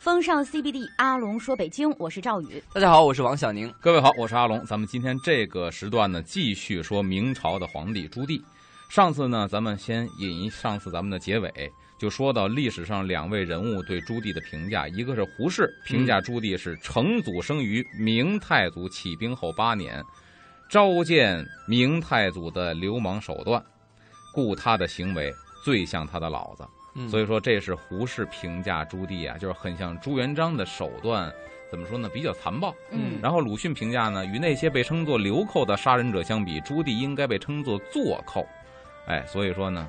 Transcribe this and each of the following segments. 风尚 CBD，阿龙说北京，我是赵宇。大家好，我是王小宁。各位好，我是阿龙。咱们今天这个时段呢，继续说明朝的皇帝朱棣。上次呢，咱们先引一上次咱们的结尾，就说到历史上两位人物对朱棣的评价，一个是胡适评价朱棣是成祖生于明太祖起兵后八年，召见明太祖的流氓手段，故他的行为最像他的老子。嗯所以说，这是胡适评价朱棣啊，就是很像朱元璋的手段，怎么说呢？比较残暴。嗯然后鲁迅评价呢，与那些被称作流寇的杀人者相比，朱棣应该被称作坐寇。哎，所以说呢，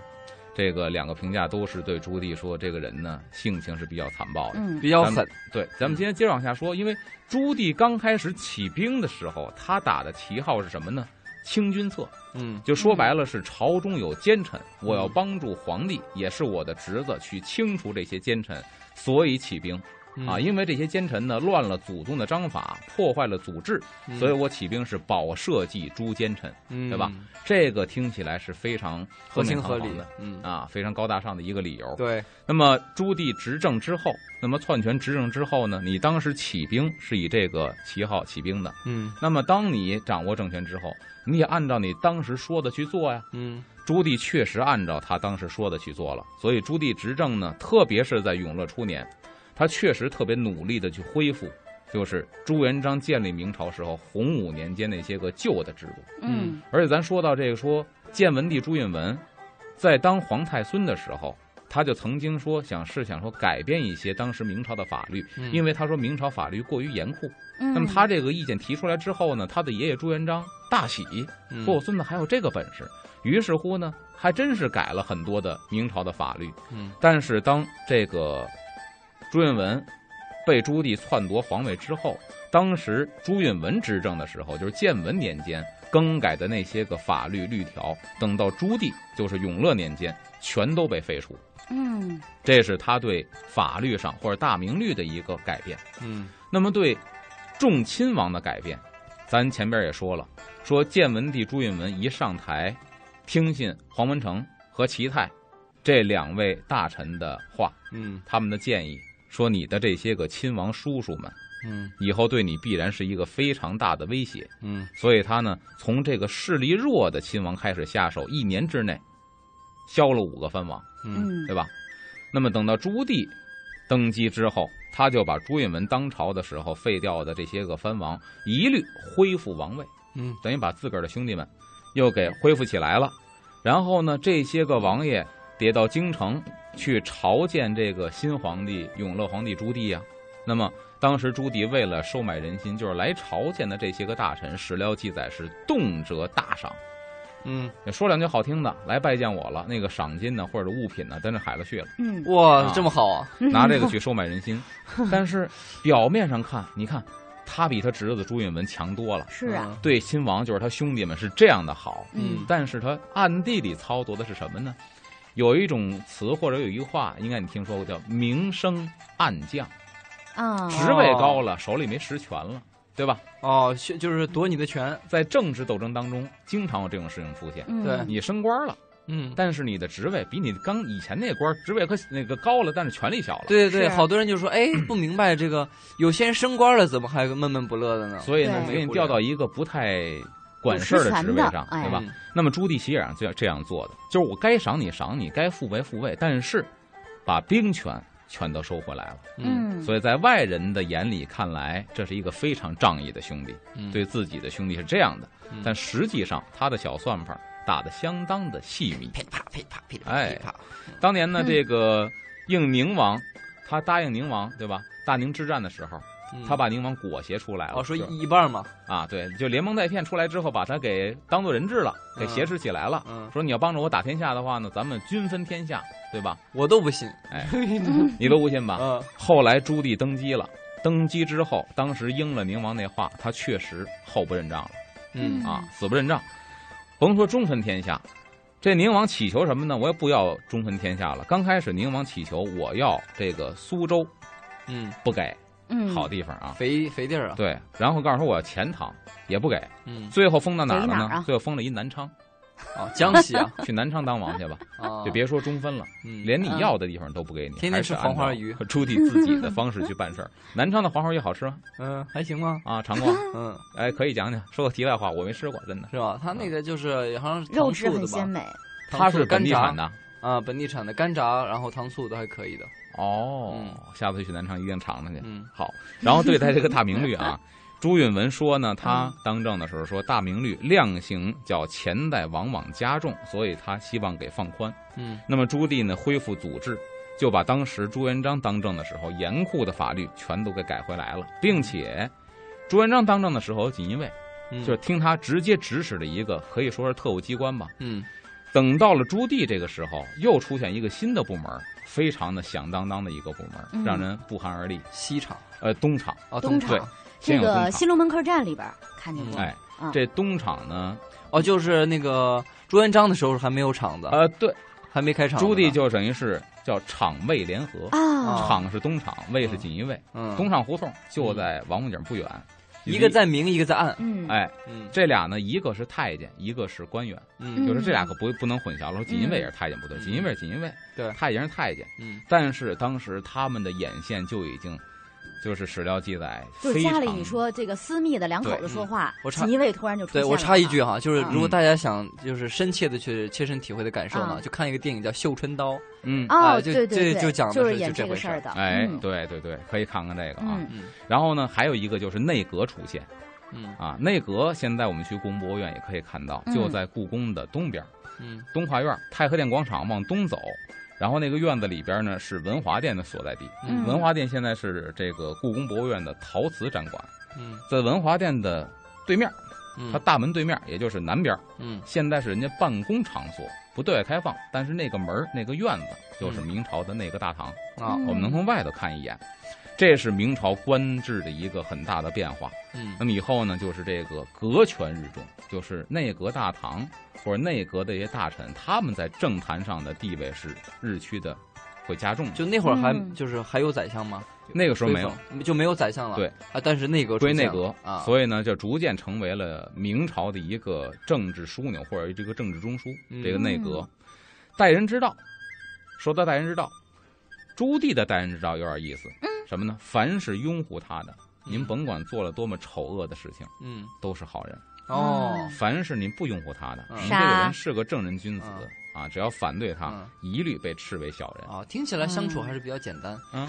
这个两个评价都是对朱棣说这个人呢性情是比较残暴的。嗯比较狠，对，咱们今天接着往下说，因为朱棣刚开始起兵的时候，他打的旗号是什么呢？清君侧，嗯就说白了是朝中有奸臣，我要帮助皇帝，也是我的职责去清除这些奸臣，所以起兵。嗯啊，因为这些奸臣呢乱了祖宗的章法，破坏了祖制，嗯所以我起兵是保社稷诛奸臣，对吧？这个听起来是非常合情合冠冕理堂皇的，嗯，啊，非常高大上的一个理由。对，那么朱棣执政之后，那么篡权执政之后呢，你当时起兵是以这个旗号起兵的，嗯那么当你掌握政权之后，你也按照你当时说的去做呀。嗯朱棣确实按照他当时说的去做了，所以朱棣执政呢，特别是在永乐初年，他确实特别努力的去恢复，就是朱元璋建立明朝时候洪武年间那些个旧的制度。嗯而且咱说到这个说建文帝朱允文，在当皇太孙的时候，他就曾经说想是想说改变一些当时明朝的法律，嗯因为他说明朝法律过于严酷。嗯，那么他这个意见提出来之后呢，他的爷爷朱元璋大喜，嗯说我孙子还有这个本事。于是乎呢，还真是改了很多的明朝的法律。嗯，但是当这个朱允文被朱棣篡夺皇位之后，当时朱允文执政的时候，就是建文年间更改的那些个法律律条，等到朱棣就是永乐年间，全都被废除。嗯这是他对法律上或者大明律的一个改变。嗯那么对众亲王的改变，咱前边也说了，说建文帝朱允文一上台，听信黄文成和齐泰这两位大臣的话，嗯他们的建议，说你的这些个亲王叔叔们嗯以后对你必然是一个非常大的威胁，嗯所以他呢从这个势力弱的亲王开始下手，一年之内削了五个藩王。嗯嗯对吧？那么等到朱棣登基之后，他就把朱允文当朝的时候废掉的这些个藩王一律恢复王位，嗯等于把自个儿的兄弟们又给恢复起来了。然后呢，这些个王爷得到京城去朝见这个新皇帝永乐皇帝朱棣呀、那么当时朱棣为了收买人心，就是来朝见的这些个大臣，史料记载是动辄大赏。嗯，说两句好听的，来拜见我了，那个赏金呢，或者物品呢，真是海了去了。嗯，哇啊，这么好啊！拿这个去收买人心。但是表面上看，你看他比他侄子朱允文强多 了，是嗯啊，对亲王就是他兄弟们是这样的好，嗯但是他暗地里操作的是什么呢？有一种词或者有一句话，应该你听说过，叫“明升暗降”，啊，职位高了，手里没实权了，对吧？嗯哦，是就是夺你的权，在政治斗争当中，经常有这种事情出现。嗯对你升官了，嗯，但是你的职位比你刚以前那官儿职位和那个高了，但是权力小了。对对对，是好多人就说，哎，不明白这个，有些人升官了，怎么还闷闷不乐的呢？所以呢，对给你调到一个不太管事儿的职不实权位上，的对吧哎？那么朱棣其实也让这样这样做的，就是我该赏你赏你，该复位复位，但是把兵权全都收回来了。嗯嗯，所以在外人的眼里看来，这是一个非常仗义的兄弟，嗯对自己的兄弟是这样的嗯，但实际上他的小算盘打得相当的细密。噼里啪噼里啪噼里啪哎噼里啪，当年呢，嗯这个应宁王，他答应宁王，对吧？大宁之战的时候，嗯他把宁王裹挟出来了。哦说就是一一半嘛，啊，对，就连蒙带骗出来之后，把他给当做人质了，给挟持起来了。嗯，说你要帮着我打天下的话呢，咱们均分天下，对吧？我都不信，哎，嗯你都不信吧？嗯后来朱棣登基了，登基之后，当时应了宁王那话，他确实后不认账了嗯啊，死不认账。甭说中分天下，这宁王祈求什么呢？我也不要中分天下了。刚开始宁王祈求我要这个苏州，嗯，不给，嗯，好地方啊。肥肥地儿啊，对，然后告诉说我要钱塘，也不给。嗯最后封到哪儿了给哪呢？儿啊最后封了一南昌。哦，江西啊， 去南昌当王去吧，哦啊就别说中分了，嗯连你啊嗯要的地方都不给你，天天还吃是黄花按照 鱼朱棣自己的方式去办事儿。南昌的黄花鱼好吃吗？嗯，还行吗？啊，尝过？嗯，哎，可以讲讲。说个题外话，我没吃过，真的。是吧？它那个就是好像是肉糖质醋很的鲜吧？美。它糖醋是本地干炸产的。啊，本地产的干炸，然后糖醋都还可以的。哦，嗯下次去南昌一定尝尝去。嗯，好，然后对待这个大明律 啊，朱允文说呢，他嗯当政的时候说大明律量刑较前代往往加重，所以他希望给放宽。嗯，那么朱棣呢恢复祖制，就把当时朱元璋当政的时候严酷的法律全都给改回来了，并且朱元璋当政的时候，锦衣卫嗯就是听他直接指使的一个可以说是特务机关吧。嗯等到了朱棣这个时候，又出现一个新的部门，非常的响当当的一个部门，嗯让人不寒而栗。西厂呃，东厂，啊，东厂对厂，先这有东个厂新龙门客栈里边儿看见嗯过。哎，嗯这东厂呢，哦，就是那个朱元璋的时候还没有厂子，呃，对，还没开厂呢。朱棣就等于是叫厂卫联合，啊，厂是东厂，卫是锦衣卫，嗯东厂胡同就在王府井不远，一个。在明，一个在暗。嗯，哎，嗯这俩呢，一个是太监，一个是官员，嗯就是这俩可不不能混淆了。说锦衣卫也是太监，不对，嗯锦衣卫是锦衣卫，对太监是太监。嗯但是当时他们的眼线就已经，就是史料记载就是非家常里你说这个私密的两口子说话嗯我，插锦衣卫突然就出现对了。我插一句啊哈，就是嗯如果大家想就是深切的去切身体会的感受呢，嗯就看一个电影叫《绣春刀》，嗯，啊。哎哦，就对这对就对，讲的就是是演就这这个回事事儿儿的。哎嗯，对对对，可以看看这个啊。嗯嗯然后呢，还有一个就是内阁出现嗯啊，内阁现在我们去故宫博物院也可以看到，嗯就在故宫的东边，嗯东华院、太和殿广场往东走，然后那个院子里边呢是文华殿的所在地。嗯文华殿现在是这个故宫博物院的陶瓷展馆，嗯在文华殿的对面，嗯，它大门对面，也就是南边，嗯现在是人家办公场所，不对外开放，但是那个门儿那个院子就是明朝的内阁大堂，啊嗯我们能从外头看一眼。这是明朝官制的一个很大的变化。嗯那么以后呢，就是这个阁权日重，就是内阁大堂或者内阁的一些大臣，他们在政坛上的地位是日趋的会加重的。就那会儿还嗯就是还有宰相吗？那个时候没有追封，就没有宰相了。对啊，但是内阁出归现内了阁啊，所以呢，就逐渐成为了明朝的一个政治枢纽或者这个政治中枢。嗯这个内阁，待人之道，说到待人之道，朱棣的待人之道有点意思。什么呢？凡是拥护他的，您甭管做了多么丑恶的事情，嗯都是好人；嗯哦凡是您不拥护他的，嗯您这个杀人是个正人君子啊，只要反对他嗯，一律被斥为小人。啊，听起来相处还是比较简单。啊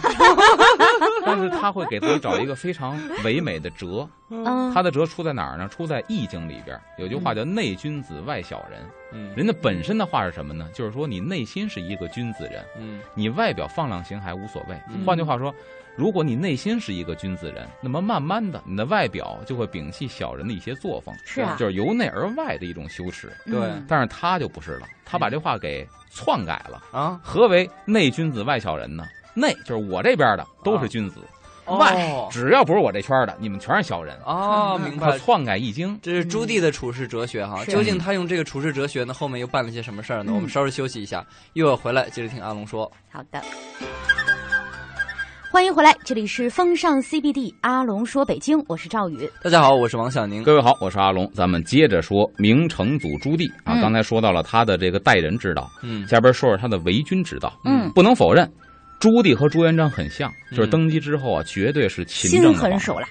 但是他会给自己找一个非常唯美的辙，嗯，它的辙出在哪儿呢？出在《易经》里边儿有句话叫“内君子，外小人”。嗯人家本身的话是什么呢？就是说你内心是一个君子人，嗯你外表放浪形骸无所谓。嗯换句话说，如果你内心是一个君子人，那么慢慢的你的外表就会摒弃小人的一些作风，是啊就是由内而外的一种羞耻。嗯对但是他就不是了，他把这话给篡改了。啊，何为内君子外小人呢？内就是我这边的都啊是君子，外只要不是我这圈儿的，你们全是小人。哦，明白他了。篡改易经，这是朱棣的处世哲学哈，是究竟他用这个处世哲学呢，后面又办了些什么事儿呢？嗯我们稍微休息一下，一会儿回来接着听阿龙说。好的。欢迎回来，这里是风尚 CBD，阿龙说北京，我是赵宇。大家好，我是王小宁。各位好，我是阿龙，咱们接着说明成祖朱棣啊，嗯刚才说到了他的这个待人之道，嗯下边说说他的为君之道。嗯不能否认，朱棣和朱元璋很像，嗯就是登基之后啊，绝对是勤政心的皇狠上手。嗯辣，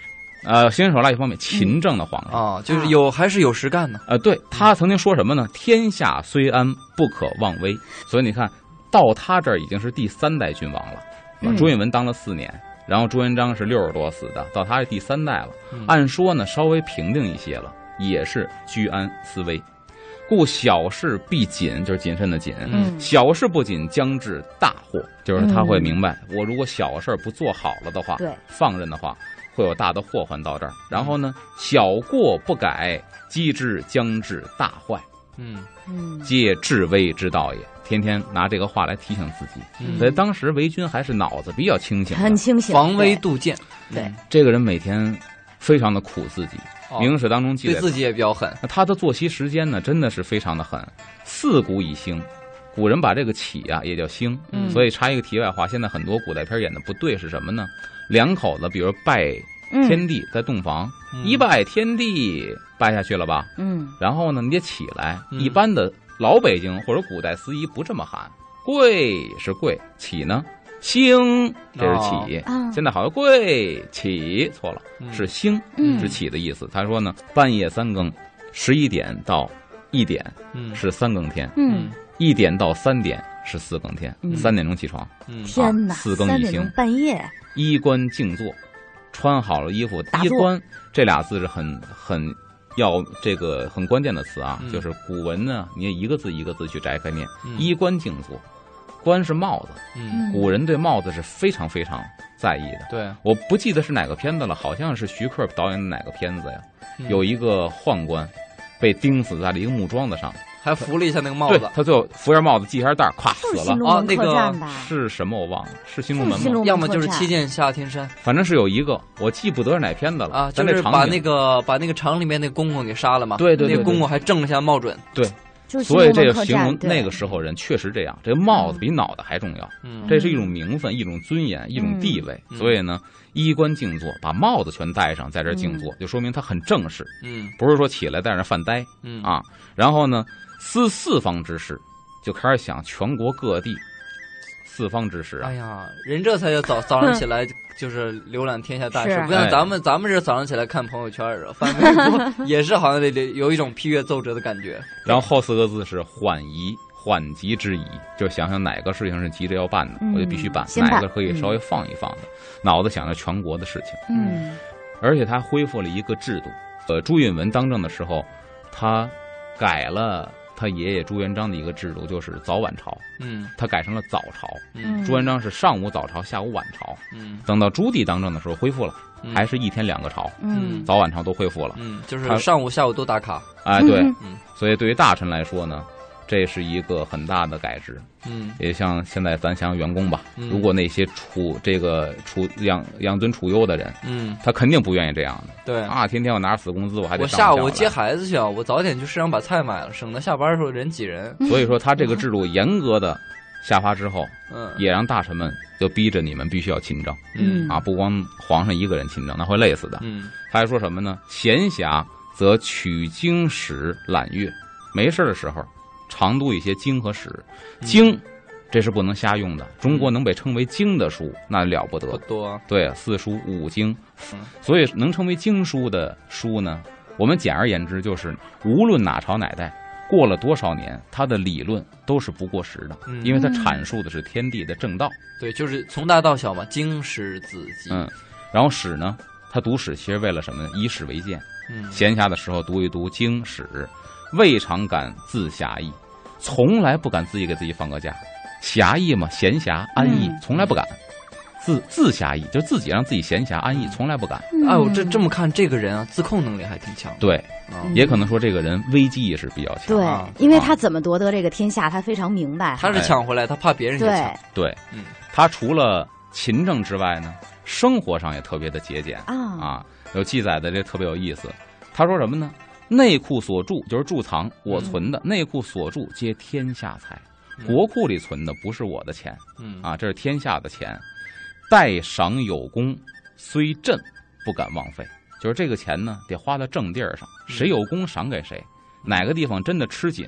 呃，心狠手辣一方面，勤政的皇上。啊，就是有还是有实干呢。呃，对他曾经说什么呢？天下虽安，不可妄为。所以你看到他这儿已经是第三代君王了。是吧嗯朱允文当了四年，然后朱元璋是六十多死的，到他是第三代了。嗯按说呢，稍微平定一些了，也是居安思危。故小事必谨，就是谨慎的谨。嗯小事不谨，将至大祸。就是他会嗯明白，我如果小事儿不做好了的话，对，放任的话，会有大的祸患到这儿。然后呢，小过不改，机智将至大坏，嗯嗯皆治危之道也。天天拿这个话来提醒自己，嗯所以当时为君还是脑子比较清醒很的。清醒，防微对杜渐，对嗯这个人每天非常的苦自己，哦明史当中记对载自己也比较狠。那他的作息时间呢，真的是非常的狠，四鼓以兴。古人把这个起啊也叫兴，嗯所以插一个题外话，现在很多古代片演的不对是什么呢？嗯两口子，比如拜天地在洞房，嗯一拜天地，拜下去了吧？嗯，然后呢，你得起来。嗯一般的老北京或者古代司仪不这么喊，跪是跪，起呢，兴这是起。啊，现在好像跪起错了，哦嗯是兴，嗯是起的意思。他说呢，半夜三更，十一点到一点嗯是三更天，嗯，一点到三点是四更天，嗯三点钟起床，嗯天哪，啊四更三一点醒钟半夜，衣冠静坐，穿好了衣服。打坐衣冠这俩字是很很要这个很关键的词啊，嗯就是古文呢，你也一个字一个字去摘开念。嗯衣冠静坐，冠是帽子，嗯嗯，古人对帽子是非常非常在意的。对我不记得是哪个片子了，好像是徐克导演的哪个片子呀？嗯有一个宦官被钉死在了一个木桩子上，还扶了一下那个帽对子，他最后扶着帽子系一下带儿，咵就是死新了。龙门哦那客个栈吧？是什么我忘了，是新龙门是新吗龙？门要么就是客栈七剑下天山反正是有一个，我记不得是哪片子了啊，咱就这是把场那景，个把那个厂里面那公公给杀了嘛。对对那对个对公公还正了下帽准。就是新所以龙这门个客形容栈，对嗯那个时候人确实这样，这帽子比脑袋还重要，嗯这是一种名分，一种尊严，一种地位。嗯所以呢，衣冠静坐，把帽子全戴上，在这儿静嗯坐，就说明他很正式，嗯不是说起来在那儿犯呆嗯啊。然后呢，思四方之事，就开始想全国各地四方之事啊哎。呀，人这才叫早早上起来就是浏览天下大事是，不像哎咱们咱们这早上起来看朋友圈儿，翻微博 也是好像得得有一种批阅奏折的感觉。然后后四个字是缓疑。缓急之疑，就想想哪个事情是急着要办的，嗯我就必须办；先哪办个可以稍微放一放的，脑子想着全国的事情。嗯而且他恢复了一个制度。呃，朱允文当政的时候，他改了他爷爷朱元璋的一个制度，就是早晚朝，嗯他改成了早朝。嗯嗯朱元璋是上午早朝，下午晚朝。嗯，等到朱棣当政的时候，恢复了，嗯还是一天两个朝，嗯早晚朝都恢复了。嗯，就他是上午下午都打卡。哎，对嗯，嗯所以对于大臣来说呢，这是一个很大的改制。嗯也像现在咱想想员工吧，嗯如果那些处这个处养养尊处优的人，嗯，他肯定不愿意这样的对。啊！天天我拿着死工资，我还嗯得我上下午午来接孩子去啊，我早点去市场把菜买了，省得下班的时候人挤人。嗯所以说，他这个制度严格的下发之后，嗯也让大臣们就逼着你们必须要亲政嗯啊！不光皇上一个人亲政，那会累死的。嗯他还说什么呢？闲暇则取经史览阅，没事儿的时候常读一些经和史。嗯经，这是不能瞎用的。中国能被称为经的书，那了不不得。多。对，啊四书五经嗯，所以能成为经书的书呢，我们简而言之就是，无论哪朝哪代，过了多少年，它的理论都是不过时的，嗯因为它阐述的是天地的正道。对，就是从大到小嘛，经史子集。嗯，然后史呢，他读史其实为了什么呢？以史为鉴，嗯闲暇的时候读一读经史，未尝敢自狭义，从来不敢自己给自己放个假。狭义嘛，闲暇安逸，嗯从来不敢。自自狭义，就自己让自己闲暇安逸，从来不敢。嗯哎，我这这么看，这个人啊，自控能力还挺强的嗯对，啊。嗯也可能说这个人危机意识比较强。对啊，因为他怎么夺得这个天下，他非常明白。哎他是抢回来，他怕别人去对抢。对嗯他除了勤政之外呢，生活上也特别的节俭啊，啊。有记载的这特别有意思，他说什么呢？内库所著就是贮藏，我存的、内库所著皆天下财，嗯国库里存的不是我的钱嗯啊，这是天下的钱。待赏有功，虽朕不敢枉费，就是这个钱呢得花到正地儿上，嗯谁有功赏给谁，哪个地方真的吃紧，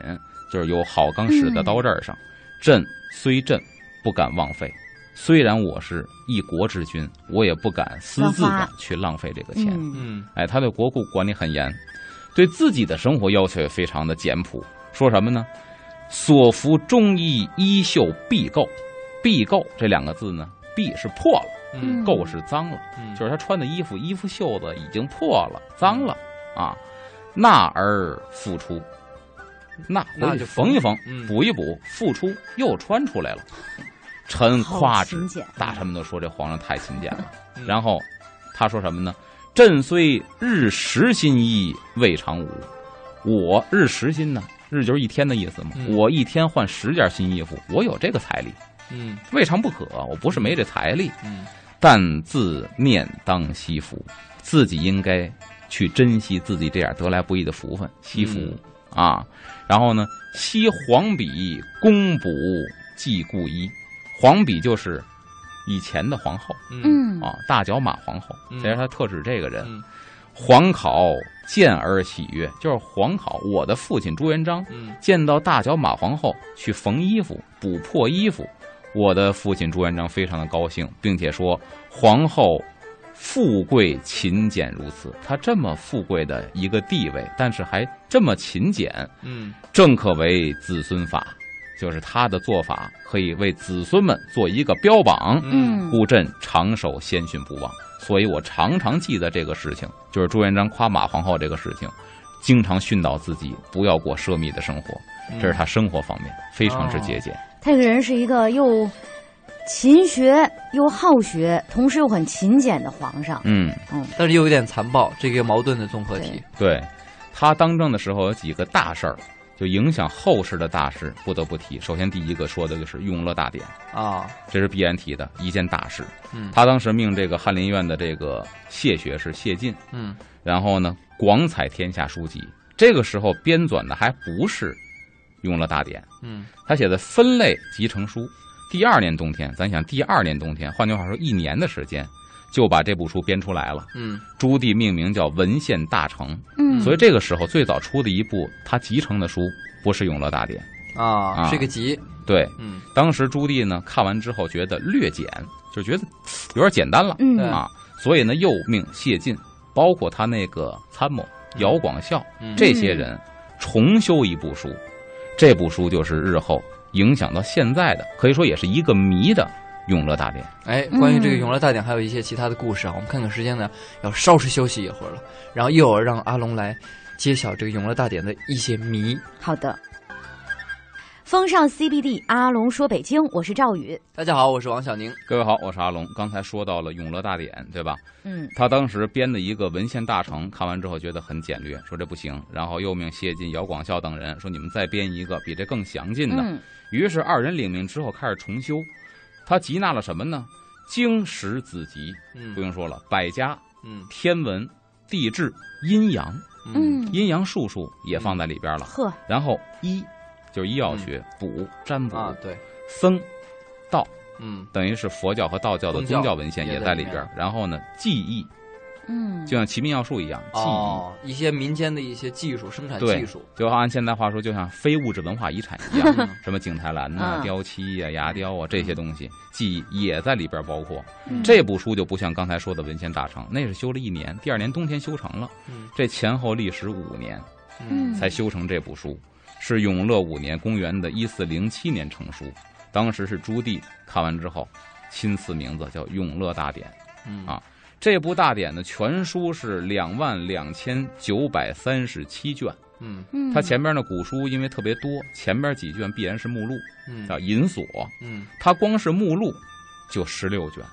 就是有好钢使的刀刃上。朕虽朕不敢枉费，虽然我是一国之君，我也不敢私自乱的花去浪费这个钱。嗯嗯哎，他对国库管理很严，对自己的生活要求也非常的简朴。说什么呢？所服中衣衣袖必垢，必垢这两个字呢，必是破了，嗯垢是脏了，嗯，就是他穿的衣服，衣服袖子已经破了，脏了啊。纳而复出，纳那回去就缝一缝，嗯补一补，复出又穿出来了。臣好夸之勤，俭，大臣们都说这皇上太勤俭了。嗯然后他说什么呢？朕虽日时新衣未尝无，我日时新呢，日就是一天的意思嘛。嗯我一天换十件新衣服，我有这个财力，嗯未尝不可。我不是没这财力，嗯但自念当惜福，自己应该去珍惜自己这点得来不易的福分，惜福、嗯啊。然后呢，惜黄笔公补既故衣，黄笔就是以前的皇后嗯嗯啊，大脚马皇后，嗯其实她特指这个人。嗯黄考见而喜悦，就是黄考，我的父亲朱元璋嗯见到大脚马皇后去缝衣服、补破衣服，我的父亲朱元璋非常的高兴，并且说皇后富贵勤俭如此，她这么富贵的一个地位，但是还这么勤俭，嗯正可为子孙法，就是她的做法可以为子孙们做一个标榜。嗯嗯，故朕长守先训不忘，所以我常常记得这个事情，就是朱元璋夸马皇后这个事情，经常训导自己不要过奢靡的生活，嗯哦这是他生活方面非常之节俭。他这个人是一个又勤学又好学，同时又很勤俭的皇上。嗯，但是又有点残暴，这个矛盾的综合体。对，他当政的时候有几个大事儿，就影响后世的大事，不得不提。首先第一个说的就是永乐大典，啊，这是必然提的一件大事。嗯他当时命这个翰林院的这个谢学士谢晋。嗯然后呢，广采天下书籍。这个时候编纂的还不是《永乐大典》，嗯他写的分类集成书。第二年冬天，咱想第二年冬天，换句话说，一年的时间就把这部书编出来了。嗯朱棣命名叫《文献大成》，嗯，所以这个时候最早出的一部他集成的书不是《永乐大典啊，啊是个集。》。对，嗯当时朱棣呢看完之后觉得略简，就觉得 呲有点简单了。嗯啊，所以呢又命谢晋，包括他那个参谋姚广孝嗯这些人重修一部书，这部书就是日后影响到现在的，可以说也是一个谜的《永乐大典》。哎，关于这个嗯永乐大典还有一些其他的故事啊，我们看看时间呢，要稍事休息一会儿了，然后一会儿让阿龙来揭晓这个永乐大典的一些谜。好的。风尚 CBD，阿龙说北京，我是赵宇。大家好，我是王小宁。各位好，我是阿龙。刚才说到了《永乐大典》，对吧？嗯他当时编的一个文献大成，看完之后觉得很简略，说这不行，然后又命谢晋、姚广孝等人说你们再编一个比这更详尽的。嗯于是二人领命之后开始重修，他集纳了什么呢？经史子集，嗯不用说了，百家、嗯天文、地质、阴阳、嗯嗯，阴阳术数也放在里边了。呵，然后医就是医药学，卜嗯占卜、嗯啊，对，僧嗯等于是佛教和道教的宗教宗教文献也也在在里里面边。然后呢，技艺嗯，就像奇门要术一样，技艺、哦，一些民间的一些技术，生产对技术。就按现在话说，就像非物质文化遗产一样，嗯什么景泰蓝呐、嗯雕漆呀、牙雕啊这些东西，技艺也在里边包括。嗯这部书就不像刚才说的文献大成，那是修了一年，第二年冬天修成了。嗯这前后历时五年 嗯才修成这部书，是永乐五年（公元的一四零七年）成书。当时是朱棣看完之后，亲赐名字叫《永乐大典》。嗯啊这部大典呢，全书是两万两千九百三十七卷。嗯嗯它前边呢古书因为特别多，前边几卷必然是目录，嗯叫银锁。嗯，它光是目录就十六卷，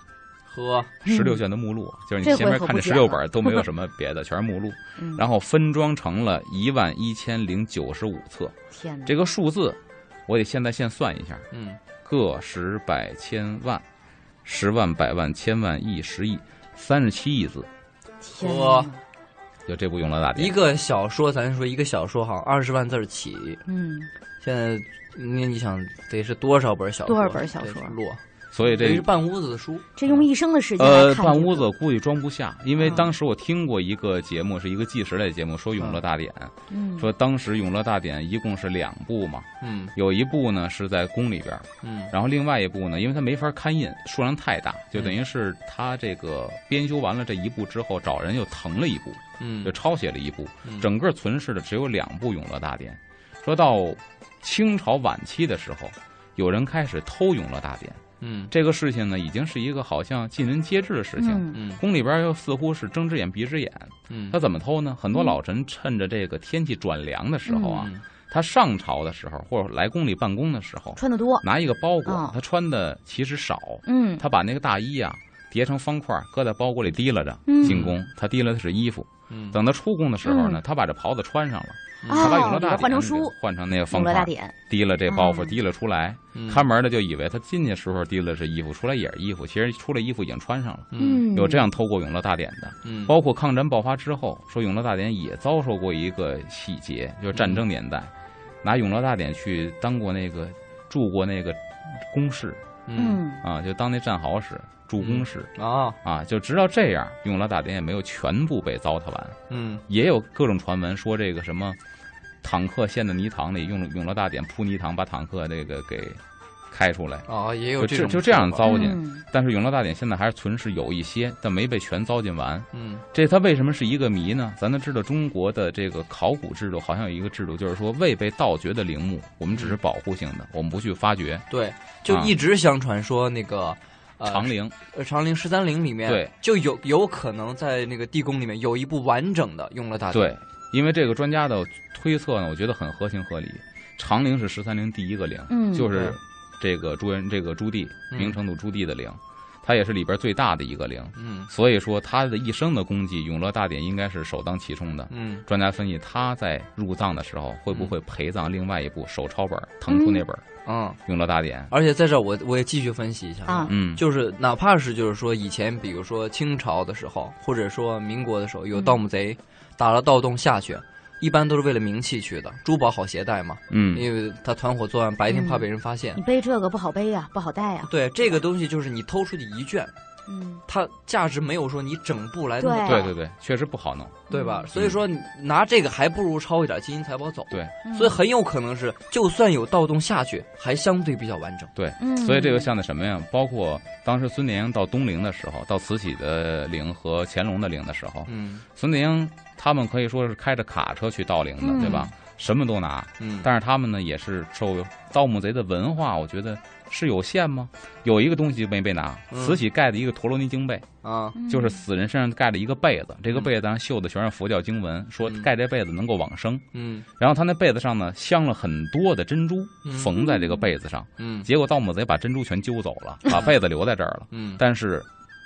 喝十六卷的目录啊，就是嗯这你回前面可看不这十讲六了本都没有什么别的，全是目录。嗯然后分装成了一万一千零九十五册，天哪，这个数字我得现在先算一下，嗯个十百千万，十万百万千万亿十亿，三十七亿字，天我哪，就这部《永乐大典一》。个小说，咱说一个小说好像二十万字儿起，嗯，现在那你想得是多少本小说？多少本小说得落？所以等于这是半屋子的书。这用一生的时间来呃，看这个半屋子估计装不下，因为嗯当时我听过一个节目，是一个纪实类节目，说《永乐大典》，嗯，说当时《永乐大典》一共是两部嘛，嗯有一部呢是在宫里边，嗯然后另外一部呢，因为它没法刊印，数量太大，就等于是他这个编修完了这一部之后，找人又腾了一部，嗯就抄写了一部，嗯整个存世的只有两部《永乐大典》。说到清朝晚期的时候，有人开始偷《永乐大典》，嗯这个事情呢，已经是一个好像尽人皆知的事情。嗯嗯宫里边又似乎是睁只眼闭只眼，嗯他怎么偷呢？很多老臣趁着这个天气转凉的时候啊，嗯他上朝的时候或者来宫里办公的时候，穿的多，拿一个包裹哦，他穿的其实少，嗯他把那个大衣啊叠成方块，搁在包裹里提拉着嗯进宫。他提拉的是衣服，嗯等他出宫的时候呢，他把这袍子穿上了，他把《哦永乐大典》换成书换成那个方永乐大块，典，提拉这包袱哦提拉出来。嗯看门的就以为他进去时候提拉是衣服，出来也是衣服，其实出来衣服已经穿上了。嗯有这样偷过《永乐大典》的，嗯包括抗战爆发之后，说《永乐大典》也遭受过一个洗劫，就是战争年代，嗯拿《永乐大典》去当过那个住过那个公事。嗯嗯啊，就当那战壕使，助攻式啊，啊，就直到这样，永乐大典也没有全部被糟蹋完。嗯，也有各种传闻说这个什么坦克陷在泥塘里，用永乐大典铺泥塘把坦克这个给开出来。哦，也有就这这种就这样说法糟践，嗯但是永乐大典现在还是存世有一些，但没被全糟践完。嗯这它为什么是一个谜呢？咱都知道中国的这个考古制度好像有一个制度，就是说未被盗掘的陵墓，我们只是保护性的，我们不去发掘。对，就啊一直相传说那个。呃长陵，呃，长陵十三陵里面，对，就有有可能在那个地宫里面有一部完整的用了大典，对，因为这个专家的推测呢，我觉得很合情合理。长陵是十三陵第一个陵，嗯就是对这个朱元这个朱棣，嗯明成祖朱棣的陵，它也是里边最大的一个陵。嗯所以说，他的一生的功绩，永乐大典应该是首当其冲的。嗯专家分析，他在入葬的时候会不会陪葬另外一部手抄本儿腾出那本儿嗯， 《永乐大典》？而且在这儿我我也继续分析一下啊，嗯，就是哪怕是就是说以前，比如说清朝的时候，或者说民国的时候，有盗墓贼打了盗洞下去，一般都是为了名气去的，珠宝好携带嘛，嗯，因为他团伙作案，白天嗯怕被人发现你。背这个不好背呀、不好带呀、啊对这个东西，就是你偷出去一卷，嗯，它价值没有说你整部来那么对对对对，确实不好弄。对吧？嗯所以说你拿这个还不如抄一点金银财宝走。对，嗯所以很有可能是，就算有盗洞下去，还相对比较完整。嗯所以这个像那什么呀？包括当时孙殿英到东陵的时候，到慈禧的陵和乾隆的陵的时候，嗯孙殿英他们可以说是开着卡车去盗陵的，嗯对吧？什么都拿，嗯，但是他们呢也是受盗墓贼的文化，我觉得是有限吗？有一个东西没被拿，嗯慈禧盖的一个陀罗尼经被，啊，嗯就是死人身上盖了一个被子，这个嗯被子上绣的全是佛教经文，说嗯盖这被子能够往生。嗯然后他那被子上呢镶了很多的珍珠嗯，缝在这个被子上。嗯结果盗墓贼把珍珠全揪走 了，把被子留在这儿了。嗯，但是，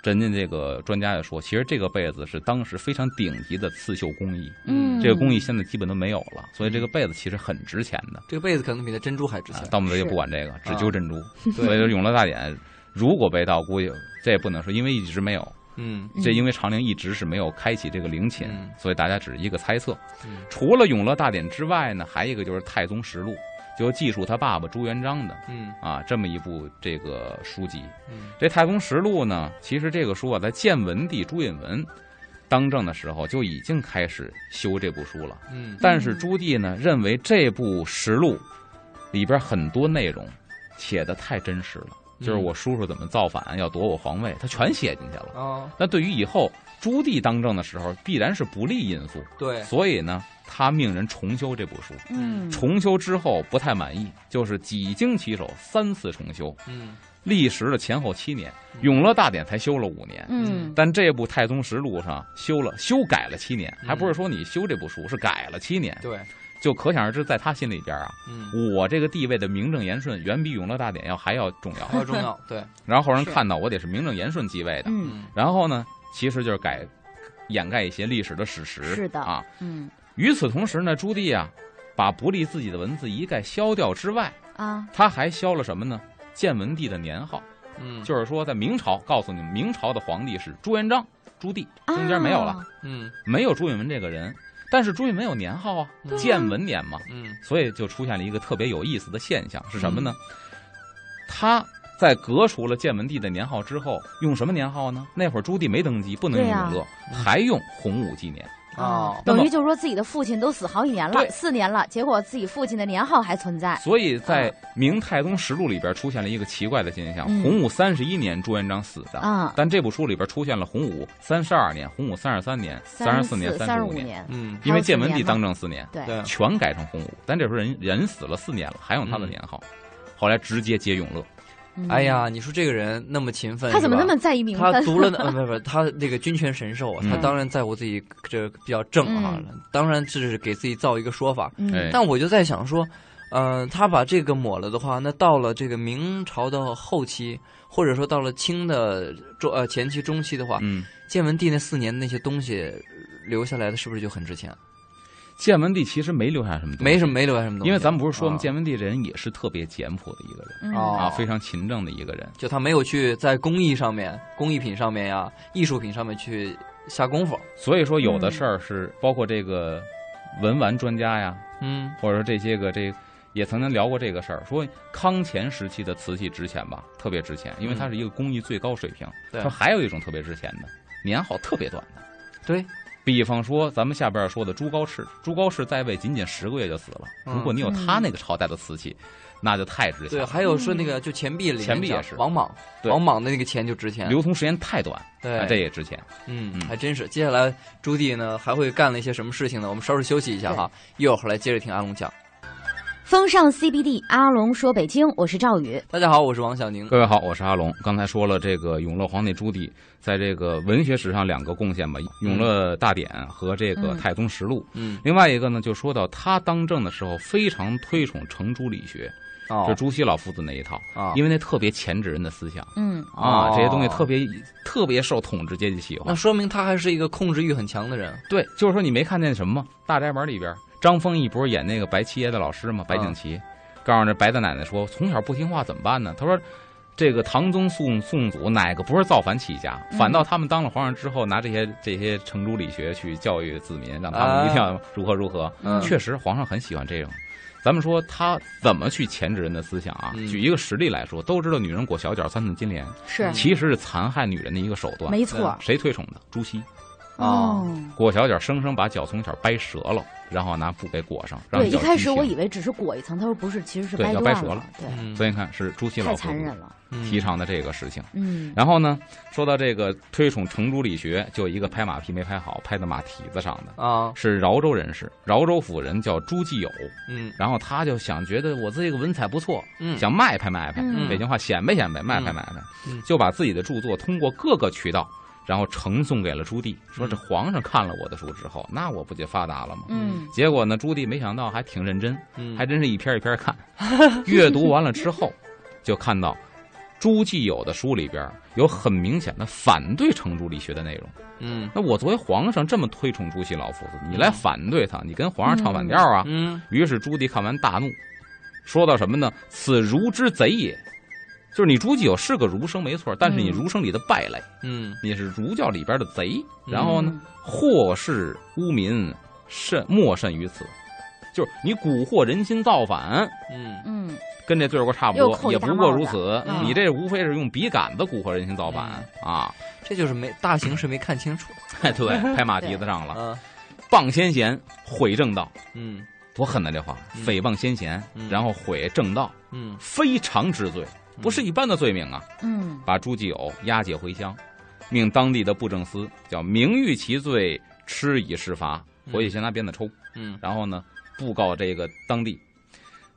人家这个专家也说，其实这个被子是当时非常顶级的刺绣工艺，嗯这个工艺现在基本都没有了，所以这个被子其实很值钱的。这个被子可能比那珍珠还值啊钱。盗墓贼就是不管这个，只啊揪珍珠。所以对，说，永乐大典如果被盗，估计这也不能说，因为一直没有。嗯这因为长陵一直是没有开启这个陵寝嗯，所以大家只是一个猜测嗯。除了永乐大典之外呢，还有一个就是《太宗实录》，就记述他爸爸朱元璋的嗯啊这么一部这个书籍。嗯这《太宗实录》呢，其实这个书啊，在建文帝朱允文当政的时候就已经开始修这部书了。嗯但是朱棣呢，认为这部实录里边很多内容写的太真实了，嗯就是我叔叔怎么造反，要夺我皇位，他全写进去了。哦啊，那对于以后朱棣当政的时候，必然是不利因素，对，所以呢，他命人重修这部书。嗯重修之后不太满意，就是几经其手，三次重修，嗯历时了前后七年，嗯《永乐大典》才修了五年，嗯但这部《太宗实录》上修了修改了七年，嗯还不是说你修这部书，是改了七年，对，就可想而知，在他心里边啊，嗯，我这个地位的名正言顺，远比《永乐大典》要还要重 要。还有重要，对，然后后人是看到我得是名正言顺继位的，嗯嗯然后呢，其实就是改掩盖一些历史的史实，是的啊。嗯与此同时呢，朱棣啊，把不利自己的文字一概消掉之外，啊他还消了什么呢？建文帝的年号，嗯，就是说在明朝，告诉你们，明朝的皇帝是朱元璋、朱棣，中间没有了，啊嗯没有朱允文这个人，但是朱允文有年号啊，对啊建文年嘛，嗯所以就出现了一个特别有意思的现象是什么呢？他在革除了建文帝的年号之后，用什么年号呢？那会儿朱棣没登基，不能用对啊呀永乐，还用洪武纪年。啊，等那于么就是说自己的父亲都死好几年了，对四年了，结果自己父亲的年号还存在。所以在《明太宗实录》里边出现了一个奇怪的现象：嗯洪武三十一年朱元璋死的。啊但这部书里边出现了洪武三十二年、洪武三十三年、三十四年、三十十五五年，年，嗯因为建还文有四年帝当政四年，对，对，全改成洪武，但这时候人人死了四年了，还用他的嗯年号，后来直接接永乐。嗯哎，呀，你说这个人那么勤奋，他怎么是那吧么在意名他分？读了那，呃，不是不是，他这个君权神授啊，嗯他当然在乎自己这比较正啊嗯，当然这是给自己造一个说法。 嗯哎但我就在想说，嗯，他把这个抹了的话，那到了这个明朝的后期，或者说到了清的中呃前期中期的话，嗯，建文帝那四年那些东西留下来的，是不是就很值钱？啊建文帝其实没留下什么，没什么。么，没留下什么东西。因为咱们不是说吗？啊建文帝这人也是特别简朴的一个人嗯哦啊，非常勤政的一个人。就他没有去在工艺上面、工艺品上面呀、艺术品上面去下功夫。所以说，有的事儿是包括这个文玩专家呀，嗯或者说这些个这也曾经聊过这个事儿，说康乾时期的瓷器值钱吧，特别值钱，因为它嗯是一个工艺最高水平。对它还有一种特别值钱的，年号特别短的，对，比方说咱们下边说的朱高炽，朱高炽在位仅仅十个月就死了。嗯如果你有他那个朝代的瓷器，那就太值钱对，了。还有说那个就钱币里面钱币也讲是王莽，对王莽的那个钱就值钱。流通时间太短，对啊，这也值钱。嗯嗯，还真是。接下来朱棣呢还会干了一些什么事情呢？我们稍事休息一下哈，一会儿回来接着听阿龙讲。风尚 CBD，阿龙说北京，我是赵宇。大家好，我是王小宁。各位好，我是阿龙。刚才说了这个永乐皇帝朱棣在这个文学史上两个贡献吧，《永乐大典》和这个嗯《太宗实录》嗯，另外一个呢，就说到他当政的时候非常推崇程朱理学，哦就朱熹老夫子那一套，啊，因为那特别钳制人的思想嗯，啊，哦啊这些东西特别特别受统治阶级喜欢那。说明他还是一个控制欲很强的人。对，就是说你没看见什么吗？《大宅门》里边，张丰毅不是演那个白七爷的老师吗？白景琦，告诉那白大奶奶说，从小不听话怎么办呢？他说，这个唐宗宋宋祖哪个不是造反起家？嗯反倒他们当了皇上之后，拿这些这些程朱理学去教育子民，让他们一定要如何如何。嗯确实，皇上很喜欢这种。咱们说他怎么去钳制人的思想啊？嗯举一个实例来说，都知道女人裹小脚三寸金莲，是，其实是残害女人的一个手段。没错。谁推崇的？朱熹。哦，裹小脚，生生把脚从小掰折了，然后拿布给裹上，让对，一脚开畸始我形以为只是裹一层，他说不是，其实是对掰要断掰折了了，对，嗯，所以你看是朱熹太老夫残忍子了。嗯提倡的这个事情。嗯，然后呢，说到这个推崇程朱理学，就有一个拍马屁没拍好，拍到马蹄子上的。啊，是饶州人士，饶州府人叫朱继友，嗯然后他就想觉得我自己个文采不错，嗯，想卖拍卖拍，嗯北京话显摆显摆，卖拍卖拍，嗯就把自己的著作通过各个渠道，然后呈送给了朱棣，说嗯这皇上看了我的书之后，那我不就发达了吗？嗯，结果呢，朱棣没想到还挺认真，嗯还真是一篇一 篇看。阅读完了之后，就看到朱继友的书里边有很明显的反对程朱理学的内容。嗯那我作为皇上这么推崇朱熹老夫子，你来反对他，你跟皇上唱反调啊！嗯，于是朱棣看完大怒，说到什么呢？此儒之贼也。就是你朱继友是个儒生没错，但是你嗯儒生里的败类，嗯你是儒教里边的贼。嗯然后呢，祸事污民，慎莫慎于此。就是你蛊惑人心造反，嗯嗯？嗯，跟这罪过差不又多，扣一也大不过帽如子此。嗯你这无非是用笔杆子蛊惑人心造反、啊！ 这就是没大形势没看清楚对，拍马蹄子上嗯 了，啊，谤先贤，毁正道，嗯多狠呐！这话，嗯诽谤先贤，嗯然后毁正道，嗯，非常之罪，不是一般的罪名啊！嗯，把朱继友押解回乡，命当地的布政司叫明谕其罪，吃以释罚，回去先拿鞭子抽。嗯然后呢，布告这个当地，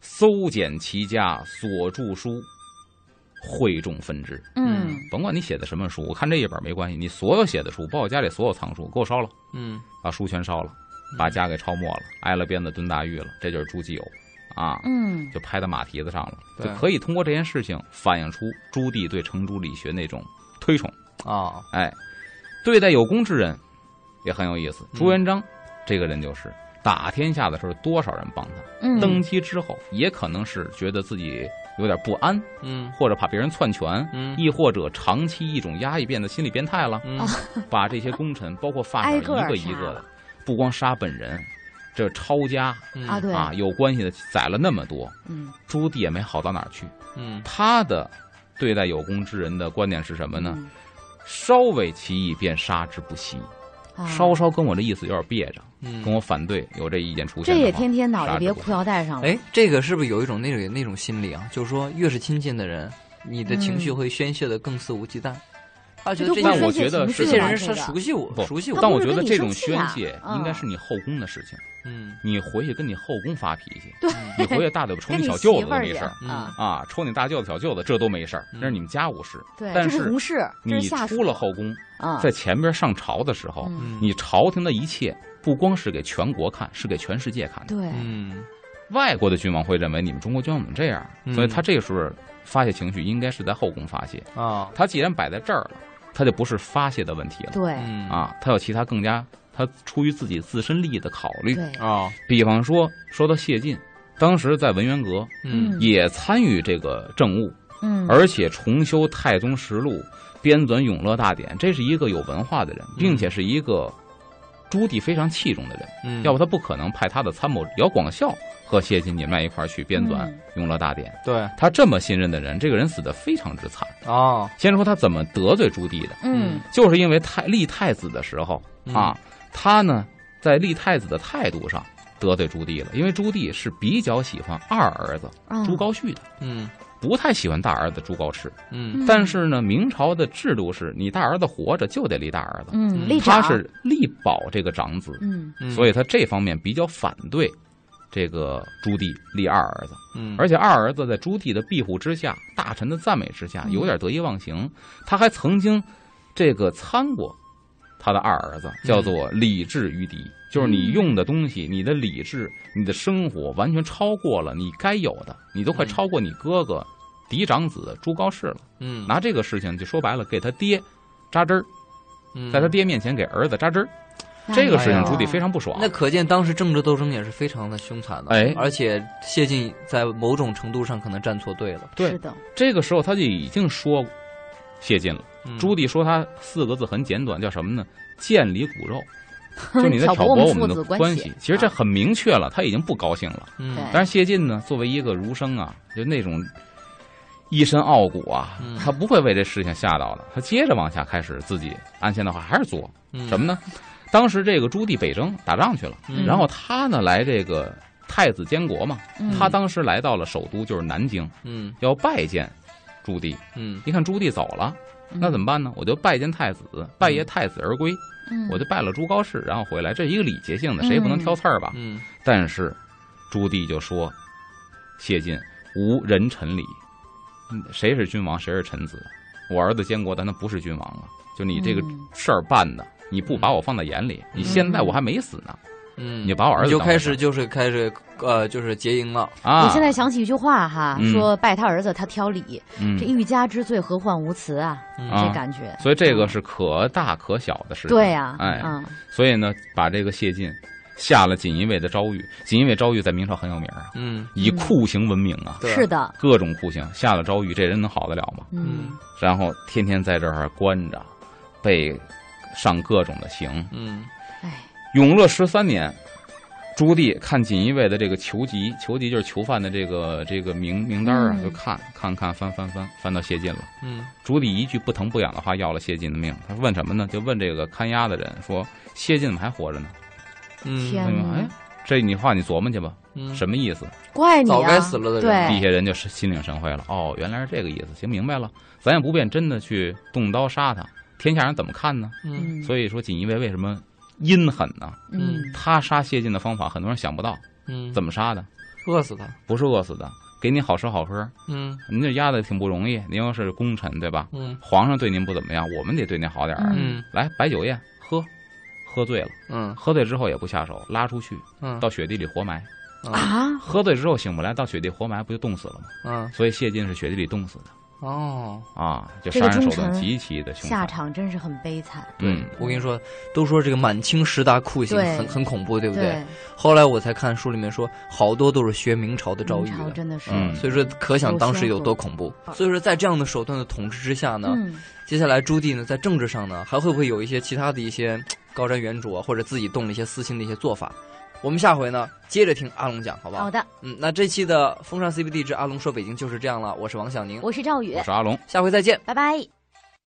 搜检其家所著书，惠众分之。嗯，甭管你写的什么书，我看这一本没关系，你所有写的书，包括家里所有藏书，给我烧了，嗯把书全烧了，把家给抄没了，挨了鞭子蹲大狱了，这就是朱继友，啊，嗯，就拍到马蹄子上了，对就可以通过这件事情反映出朱棣对程朱理学那种推崇。啊，哎，对待有功之人也很有意思。嗯朱元璋、这个人就是打天下的时候，多少人帮他？嗯，登基之后，也可能是觉得自己有点不安，嗯或者怕别人篡权。嗯亦或者长期一种压抑，变得心理变态了，嗯把这些功臣，包括发小挨一个儿个一杀个的了，不光杀本人，这抄家嗯啊，对，啊有关系的宰了那么多，嗯朱棣也没好到哪儿去。嗯他的对待有功之人的观点是什么呢？嗯稍微其意，便杀之不惜。啊稍稍跟我这意思有点别着，跟嗯，我反对有这意见出现这的话，也天天脑袋别啥都不裤腰带上了。哎，这个是不是有一种那种那种心理啊？就是说，越是亲近的人，你的情绪会宣泄的更肆无忌惮。他觉得这但些我觉得这是些吧人是熟悉我，不熟悉他但我，不我是觉跟得你这生种气宣啊泄嗯应该是你后宫的事情，嗯你回去跟你后宫发脾 气，对，你回去大嘴巴抽跟你你小媳舅子妇都儿没去事儿啊，啊，抽你大舅子小舅子这都没事儿，那是你们家务事。对，但这是是同事，这你是下属出了后宫，啊，在前边上朝的时候，嗯，嗯你朝廷的一切不光是给全国看，是给全世界看的。对，嗯外国的君王会认为你们中国君王怎么这样，嗯所以他这个时候发泄情绪应该是在后宫发泄。啊他既然摆在这儿了，他就不是发泄的问题了。对，嗯啊，他有其他更加他出于自己自身利益的考虑。对，啊比方说，说到谢晋，当时在文渊阁嗯也参与这个政务，嗯，而且重修《太嗯宗实录》，编纂《永乐大典》，这是一个有文化的人，并且是一个朱棣非常器重的人，嗯，要不他不可能派他的参谋姚广孝和谢金锦迈一块儿去编纂《嗯永乐大典》对他这么信任的人，这个人死的非常之惨。哦，先说他怎么得罪朱棣的，嗯就是因为太立太子的时候嗯啊，他呢在立太子的态度上得罪朱棣了，因为朱棣是比较喜欢二儿子啊朱高煦的，嗯不太喜欢大儿子朱高炽。嗯嗯但是呢，明朝的制度是你大儿子活着就得立大儿子，嗯，立他长是力保这个长子，嗯嗯，所以以他这方面比较反对这个朱棣立二儿子。嗯，而且二儿子在朱棣的庇护之下、大臣的赞美之下，嗯有点得意忘形。他还曾经这个参过他的二儿子，嗯叫做理智于敌，就是你用的东西、你的理智、你的生活，完全超过了你该有的，你都快嗯超过你哥哥嫡长子朱高炽了。嗯，拿这个事情就说白了，给他爹扎针儿，嗯在他爹面前给儿子扎针儿，哎这个事情呦朱棣非常不爽。那可见当时政治斗争也是非常的凶残的，哎而且谢晋在某种程度上可能站错队了。对是的，这个时候他就已经说谢晋了。嗯朱棣说他四个字很简短，叫什么呢？见里骨肉，就是你在挑拨拨我父们子的关关系。其实这啊很明确了，他已经不高兴了。嗯对但是谢晋呢，作为一个儒生啊，就那种一身傲骨啊，嗯他不会为这事情吓到的。他接着往下开始自己按现代化还是做嗯什么呢？当时这个朱棣北征打仗去了，嗯然后他呢来这个太子监国嘛，嗯他当时来到了首都就是南京，嗯要拜见朱棣。嗯一看朱棣走了。那怎么办呢？我就拜见太子，拜谒太子而归，嗯我就拜了朱高炽，然后回来，这是一个礼节性的，谁也不能挑刺儿吧？嗯但是朱棣就说：“谢晋无人臣礼，嗯谁是君王，谁是臣子？我儿子监国，但他不是君王啊！就你这个嗯事儿办的，你不把我放在眼里，你现在我还没死呢，嗯，你就把我儿你子就当回开事始就是开始呃就是结营了。啊！嗯我现在想起一句话哈，嗯说拜他儿子他挑理，这嗯欲加之罪何患无辞啊，嗯这啊感觉。所以这个是可大可小的事情，对呀，哎，嗯所以呢，把这个谢晋下了锦衣卫的招狱。锦衣卫招狱在明朝很有名啊，嗯，以酷刑闻名啊，对是的，各种酷刑。下了招狱，这人能好得了吗？嗯然后天天在这儿关着，被上各种的刑。嗯哎，永乐十三年，朱棣看锦衣卫的这个囚籍，囚籍就是囚犯的这个这个名名单啊，嗯就看看看翻翻翻翻到谢晋了。嗯朱棣一句不疼不痒的话要了谢晋的命。他问什么呢？就问这个看押的人说：“谢晋怎么还活着呢？”嗯，天哎呦哎哪，这你话你琢磨去吧，嗯什么意思？怪你啊，早该死了的人底对，下人就是心领神会了。哦，原来是这个意思，行，明白了。咱也不便真的去动刀杀他，天下人怎么看呢？嗯所以说，锦衣卫为什么阴狠呢？嗯他杀谢晋的方法，很多人想不到，嗯，怎么么杀的？饿死他？不是饿死的，给你好吃好喝，嗯您这压的挺不容易，您又是功臣，对吧？嗯皇上对您不怎么样，我们得对您好点儿。嗯来，摆酒宴，喝，喝醉了，嗯喝醉之后也不下手，拉出去嗯到雪地里活埋。啊，喝醉之后醒不来，到雪地活埋不就冻死了吗？嗯所以谢晋是雪地里冻死的哦。啊，就这杀个人手忠段臣极其的凶下残。场真是很悲惨，嗯，我跟你说，都说这个满清十大酷刑对很很恐怖，对不对，后来我才看书里面说，好多都是学明朝的诏明狱朝的，真的是，嗯所以说可想当时有多恐怖嗯。所以说，在这样的手段的统治之下呢，嗯接下来朱棣呢，在政治上呢，还会不会有一些其他的一些嘖高瞻远瞩啊，或者自己动了一些私心的一些做法？我们下回呢，接着听阿龙讲，好不好？好的，嗯，那这期的风尚 CBD 之阿龙说北京就是这样了，我是王小宁，我是赵宇我，是阿龙。下回再见。拜拜。